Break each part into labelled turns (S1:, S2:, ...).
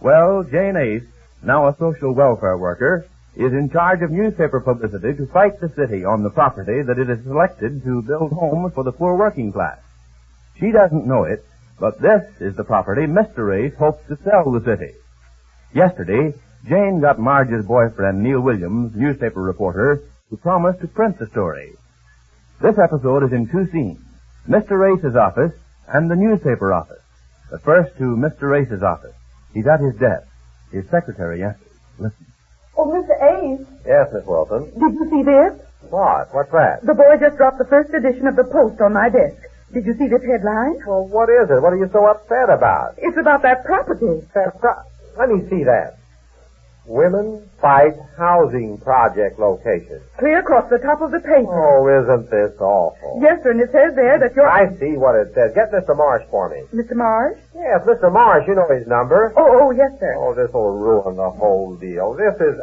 S1: Well, Jane Ace, now a social welfare worker, is in charge of newspaper publicity to fight the city on the property that it has selected to build homes for the poor working class. She doesn't know it, but this is the property Mr. Ace hopes to sell the city. Yesterday, Jane got Marge's boyfriend, Neil Williams, newspaper reporter, to promise to print the story. This episode is in two scenes. Mr. Ace's office and the newspaper office. The first to Mr. Ace's office. He's at his desk. His secretary answers. Listen.
S2: Oh, Mr. Ace,
S3: Yes, Miss Wilson.
S2: did you see this?
S3: What? What's that?
S2: The boy just dropped the first edition of the Post on my desk. Did you see this headline?
S3: Well, what is it? What are you so upset about?
S2: It's about that property.
S3: That pro- Let me see that. Women fight housing project location.
S2: Clear across the top of the paper.
S3: Oh, isn't this awful?
S2: Yes, sir, and it says there that you're...
S3: I see what it says. Get Mr. Marsh for me.
S2: Mr. Marsh?
S3: Yes, Mr. Marsh, you know his number.
S2: Oh, oh, yes, sir.
S3: Oh, this will ruin the whole deal. This is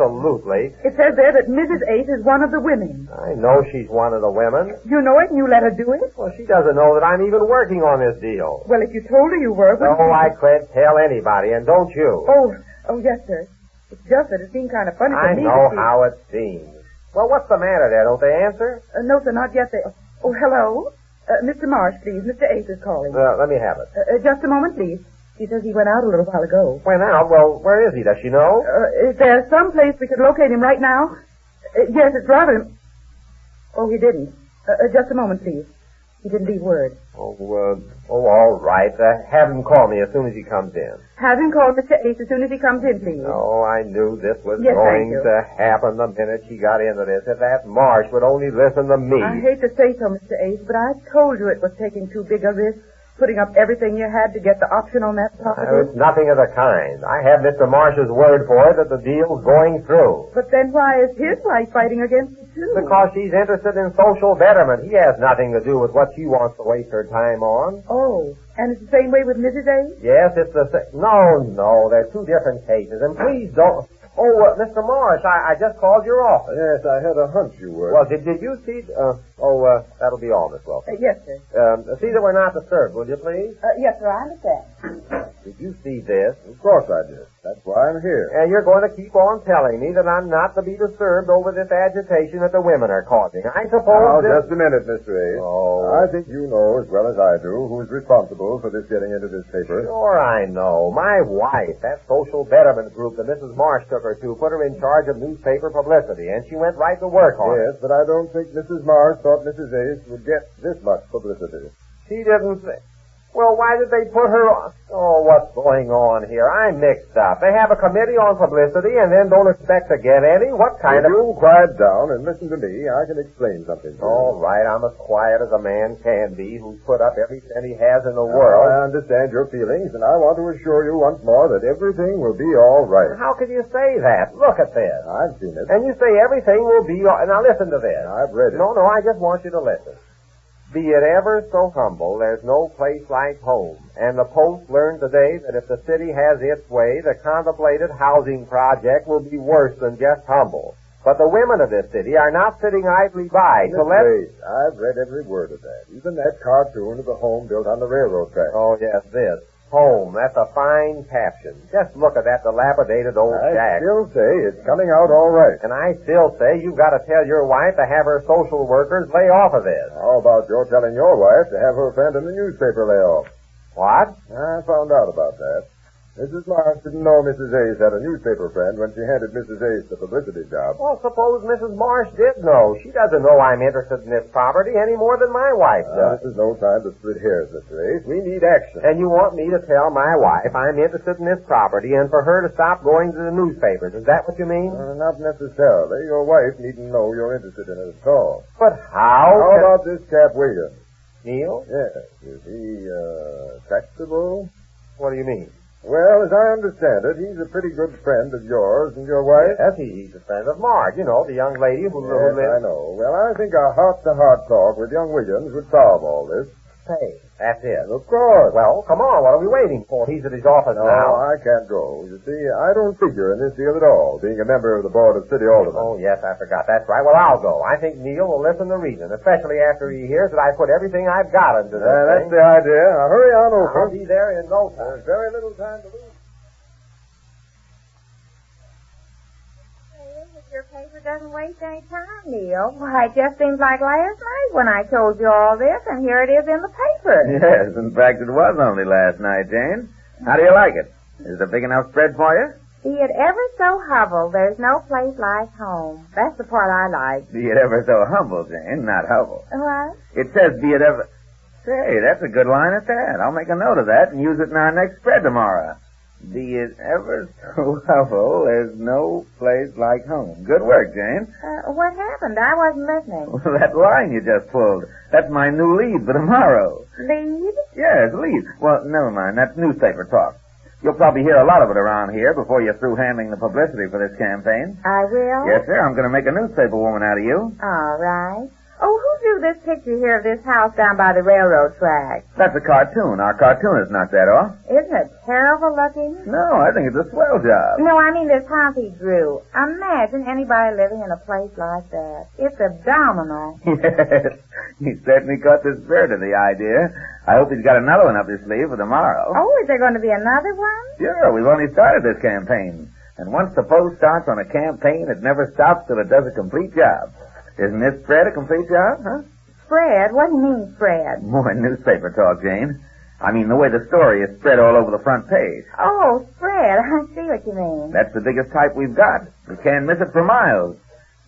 S3: absolutely.
S2: It says there that Mrs. Ace is one of the women.
S3: I know she's one of the women.
S2: You know it and you let her do it?
S3: Well, she doesn't know that I'm even working on this deal.
S2: Well, if you told her you were, would
S3: No, I can't tell anybody, and don't you.
S2: Oh, oh, yes, sir. It's just that it seemed kind of funny to
S3: I
S2: me. to
S3: know
S2: see-
S3: how it seems. Well, what's the matter there? Don't they answer?
S2: Uh, no, sir, not yet. They... Oh, hello? Uh, Mr. Marsh, please. Mr. Ace is calling.
S3: Uh, let me have it.
S2: Uh, uh, just a moment, please. He says he went out a little while ago.
S3: Went out. Well, where is he? Does she know?
S2: Uh, is there some place we could locate him right now? Uh, yes, it's rather... Oh, he didn't. Uh, uh, just a moment, please. He didn't leave word.
S3: Oh, uh, oh, all right. Uh, have him call me as soon as he comes in.
S2: Have him call Mr. Ace as soon as he comes in, please.
S3: Oh, I knew this was
S2: Yes,
S3: going
S2: thank you.
S3: to happen the minute she got into this. If that Marsh would only listen to me.
S2: I hate to say so, Mr. Ace, but I told you it was taking too big a risk, putting up everything you had to get the option on that
S3: Uh,
S2: property.
S3: it's nothing of the kind. I have Mr. Marsh's word for it that the deal's going through.
S2: But then why is his wife fighting against it, too?
S3: Because she's interested in social betterment. He has nothing to do with what she wants to waste her time on.
S2: Oh, and it's the same way with Mrs. Ace?
S3: Yes, it's the same. No, no, they're two different cases. And please don't. Oh, uh, Mr. Morris, I, I just called your office.
S4: Yes, I had a hunch you were.
S3: Well, did, did you see? Uh, oh, uh, that'll be all, Miss Wilson.
S2: Uh, yes, sir.
S3: Um, see that we're not disturbed, will you, please?
S2: Uh, yes, sir, I understand.
S3: Did you see this?
S4: Of course I did. That's why I'm here.
S3: And you're going to keep on telling me that I'm not to be disturbed over this agitation that the women are causing. I
S4: Now,
S3: suppose.
S4: just a minute, Mr. Ace.
S3: Oh.
S4: I think you know as well as I do who's responsible for this getting into this paper.
S3: Sure, I know. My wife, that social betterment group that Mrs. Marsh took her to, put her in charge of newspaper publicity, and she went right to work on it.
S4: Yes, but I don't think Mrs. Mars thought Mrs. Ace would get this much publicity.
S3: She didn't say. Well, why did they put her on? Oh, what's going on here? I'm mixed up. They have a committee on publicity and then don't expect to get any? What kind of...
S4: Will you quiet down and listen to me. I can explain something. to you.
S3: All right, I'm as quiet as a man can be who's put up every cent he has in the
S4: Now,
S3: world.
S4: I understand your feelings, and I want to assure you once more that everything will be all right.
S3: How could you say that? Look at this.
S4: I've seen it.
S3: And you say everything will be... all- Now, listen to this.
S4: I've read it.
S3: No, no, I just want you to listen. Be it ever so humble, there's no place like home. And the Post learned today that if the city has its way, the contemplated housing project will be worse than just humble. But the women of this city are not sitting idly by, so
S4: Miss
S3: let...
S4: Grace, I've read every word of that. Even that cartoon of the home built on the railroad track.
S3: Oh, yes, this. Home, that's a fine caption. Just look at that dilapidated old
S4: I
S3: shack.
S4: still say it's coming out all right.
S3: And I still say you've got to tell your wife to have her social workers lay off of this.
S4: How about your telling your wife to have her friend in the newspaper lay off?
S3: What?
S4: I found out about that. Mrs. Marsh didn't know Mrs. Ace had a newspaper friend when she handed Mrs. Ace the publicity job.
S3: Well, suppose Mrs. Marsh did know. She doesn't know I'm interested in this property any more than my wife
S4: Now,
S3: does.
S4: this is no time to split hairs, Mr. Ace. Uh, We need action.
S3: And you want me to tell my wife I'm interested in this property and for her to stop going to the newspapers. Is that what you mean?
S4: Uh, not necessarily. Your wife needn't know you're interested in it at all.
S3: But how?
S4: How
S3: can-
S4: about this chap Williams?
S3: Neil?
S4: Yes. Is he, uh, taxable?
S3: What do you mean?
S4: Well, as I understand it, he's a pretty good friend of yours and your wife.
S3: Yes, he, he's a friend of Marge. You know, the young lady who
S4: Yes, I know. Well, I think a heart-to-heart talk with young Williams would solve all this.
S3: Hey, that's it.
S4: Of course.
S3: Well, come on. What are we waiting for? He's at his office
S4: No,
S3: now.
S4: I can't go. You see, I don't figure in this deal at all, being a member of the Board of City Aldermen.
S3: Oh, yes, I forgot. That's right. Well, I'll go. I think Neil will listen to reason, especially after he hears that I put everything I've got into this
S4: Uh, that's
S3: thing.
S4: the idea. Now, hurry on over.
S3: I'll be there in no time.
S4: There's very little time to lose.
S2: your paper doesn't waste any time, Neil. Why, it just seems like last night when I told you all this, and here it is in the paper.
S1: Yes, in fact, it was only last night, Jane. How do you like it? Is it a big enough spread for you?
S2: Be it ever so hovel, there's no place like home. That's the part I like.
S1: Be it ever so humble, Jane, not humble.
S2: What?
S1: It says be it ever... Say, that's a good line at that. I'll make a note of that and use it in our next spread tomorrow. Be it ever so humble, there's no place like home. Good work, Jane.
S2: Uh, what happened? I wasn't listening.
S1: Well, that line you just pulled, that's my new lead for tomorrow.
S2: Lead?
S1: Yes, lead. Well, never mind. That's newspaper talk. You'll probably hear a lot of it around here before you're through handling the publicity for this campaign.
S2: I will?
S1: Yes, sir. I'm going to make a newspaper woman out of you.
S2: All right. Oh, who drew this picture here of this house down by the railroad track?
S1: That's a cartoon. Our cartoonist knocked that off.
S2: Isn't it terrible looking?
S1: No, I think it's a swell job.
S2: No, I mean this house he drew. Imagine anybody living in a place like that. It's abominable.
S1: yes. He certainly caught the spirit of the idea. I hope he's got another one up his sleeve for tomorrow.
S2: Oh, is there going to be another one?
S1: Sure, we've only started this campaign. And once the post starts on a campaign, it never stops till it does a complete job. Isn't this spread a complete job, huh?
S2: Spread? What do you mean spread?
S1: More newspaper talk, Jane. I mean, the way the story is spread all over the front page.
S2: Oh, spread. I see what you mean.
S1: That's the biggest type we've got. We can't miss it for miles.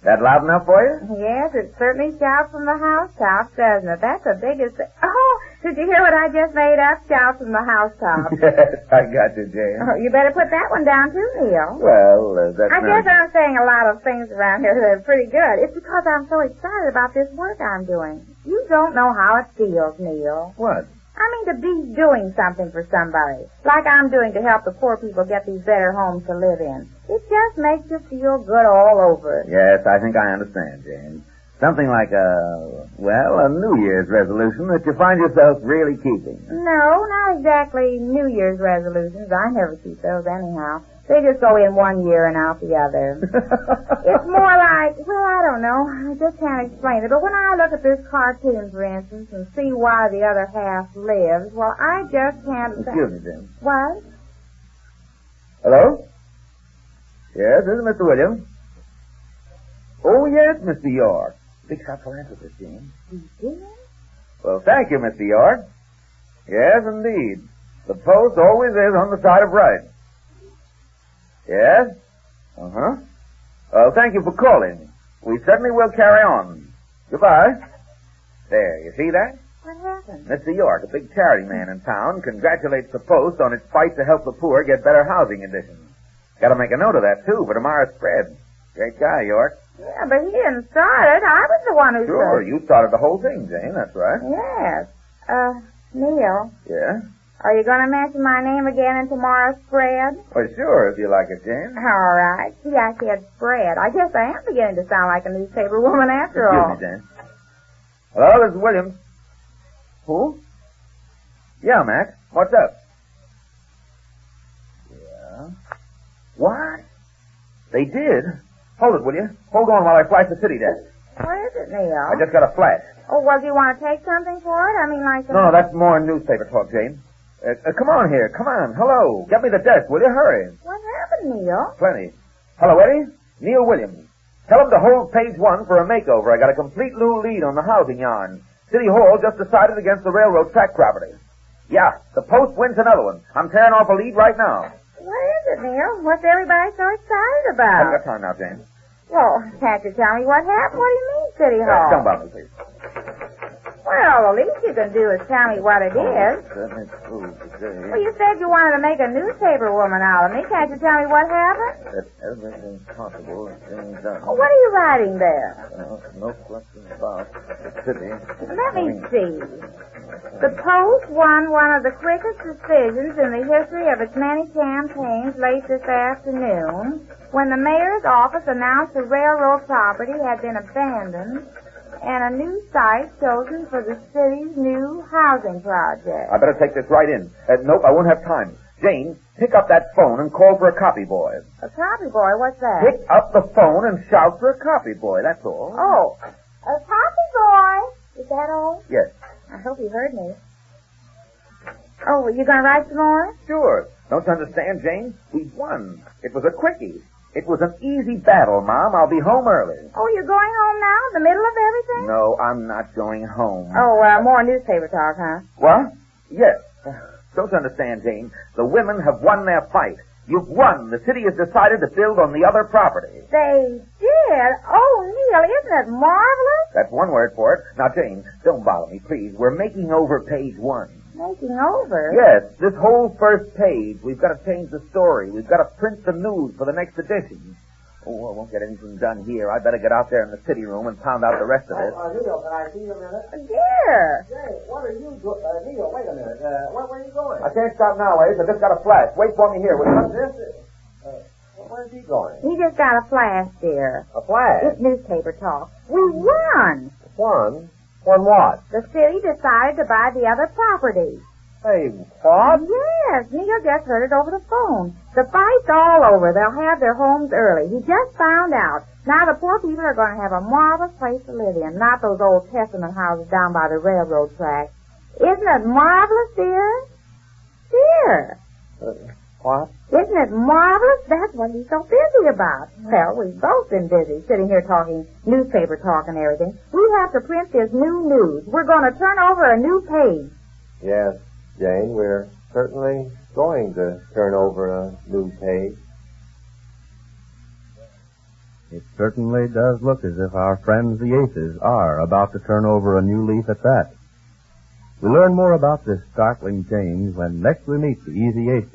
S1: That loud enough for you?
S2: Yes, it certainly shouts from the housetop, doesn't it? That's the biggest. Thing. Oh, did you hear what I just made up? Shouts from the housetop.
S1: yes, I got you, Jane.
S2: oh, you better put that one down too, Neil.
S1: Well, uh, that's
S2: I
S1: not...
S2: guess I'm saying a lot of things around here that are pretty good. It's because I'm so excited about this work I'm doing. You don't know how it feels, Neil.
S1: What?
S2: I mean to be doing something for somebody, like I'm doing to help the poor people get these better homes to live in. It just makes you feel good all over.
S1: Yes, I think I understand, Jane. Something like a, well, a New Year's resolution that you find yourself really keeping.
S2: No, not exactly New Year's resolutions. I never keep those anyhow. They just go in one year and out the other. It's more like, well, I don't know. I just can't explain it. But when I look at this cartoon, for instance, and see why the other half lives, well, I just can't.
S1: Excuse me, Jane.
S2: What?
S1: Hello? Yes, this is Mr. Williams. Oh, yes, Mr. York. Big shot philanthropist, Jane.
S2: Dinner?
S1: Well, thank you, Mr. York. Yes, indeed. The post always is on the side of right. Yes? Uh-huh. Well, thank you for calling. We certainly will carry on. Goodbye. There, you see that?
S2: What happened?
S1: Mr. York, a big charity man in town, congratulates the Post on its fight to help the poor get better housing conditions. Gotta make a note of that, too, for tomorrow's spread. Great guy, York.
S2: Yeah, but he didn't start it. I was the one who
S1: Sure, you started the whole thing, Jane, that's right.
S2: started. Yes. Uh, Neil,
S1: Yeah?
S2: are you going to mention my name again in tomorrow's spread?
S1: Well, sure, if you like it, Jane.
S2: All right. See, I said spread. I guess I am beginning to sound like a newspaper woman after all.
S1: Excuse me, Jane. Hello, this is Williams. Who? Yeah, Max. What's up? Yeah. What? They did? Hold it, will you? Hold on while I flash the city desk.
S2: What is it, Neil?
S1: I just got a flash.
S2: Oh, well, do you want to take something for it? I mean, like...
S1: No, no, that's more newspaper talk, Jane. Uh, uh, come on here. Come on. Hello. Get me the desk, will you? Hurry.
S2: What happened, Neil?
S1: Plenty. Hello, Eddie. Neil Williams. Tell him to hold page one for a makeover. I got a complete new lead on the housing yarn. City Hall just decided against the railroad track property. Yeah, the Post wins another one. I'm tearing off a lead right now.
S2: What is it, Neil? What's everybody so excited
S1: I have
S2: about?
S1: got time now, Jane.
S2: Well, can't you tell me what happened? What do you mean, City
S1: Uh,
S2: Hall?
S1: don't bother me, please.
S2: well, the least you can do is tell me what it is.
S1: Certainly true today.
S2: Well, you said you wanted to make a newspaper woman out of me. Can't you tell me what happened?
S1: That everything's possible is being done.
S2: Oh, what are you writing there?
S1: No, Uh, no question about the city.
S2: Let me see. The Post won one of the quickest decisions in the history of its many campaigns late this afternoon when the mayor's office announced the railroad property had been abandoned and a new site chosen for the city's new housing project.
S1: I better take this right in. Uh, nope, I won't have time. Jane, pick up that phone and call for a copy boy.
S2: A copy boy, what's that?
S1: Pick up the phone and shout for a copy boy, that's all.
S2: Oh, a copy boy. Is that all?
S1: Yes.
S2: I hope you heard me. Oh, you gonna write some more?
S1: Sure. Don't you understand, Jane? We won. It was a quickie.
S3: It was an easy battle, Mom. I'll be home early.
S2: Oh, you're going home now? The middle of everything?
S3: No, I'm not going home.
S2: Oh, uh, more newspaper talk, huh?
S3: What? Yes. Don't you understand, Jane? The women have won their fight. You've won. The city has decided to build on the other property.
S2: They did? Oh, Neil, isn't it marvelous?
S3: That's one word for it. Now, Jane, don't bother me, please. We're making over page one.
S2: Making over?
S3: Yes, this whole first page, we've got to change the story. We've got to print the news for the next edition. Oh, I won't get anything done here. I'd better get out there in the city room and pound out the rest of this.
S4: Uh, Neil, can I see you a minute?
S2: Dear.
S4: Jay, what are you doing? Uh, Neil, wait a minute. Uh, where, where are you going?
S3: I can't stop now, Ace. I just got a flash. Wait for me here, will
S4: What's
S3: you?
S4: this? Uh, where's he going?
S2: You just got a flash, dear.
S4: A flash.
S2: It's newspaper talk. We won.
S4: One. One what?
S2: The city decided to buy the other property.
S4: Hey, what?
S2: Yes, Neil just heard it over the phone. The fight's all over. They'll have their homes early. He just found out. Now the poor people are going to have a marvelous place to live in, not those old testament houses down by the railroad track. Isn't it marvelous, dear? Dear,
S4: What?
S2: isn't it marvelous? That's what he's so busy about. Well, we've both been busy sitting here talking newspaper talk and everything. We have to print this new news. We're going to turn over a new page.
S5: Yes, Jane, we're certainly going to turn over a new page.
S6: It certainly does look as if our friends the aces are about to turn over a new leaf at that. We'll learn more about this startling change when next we meet the Easy Aces.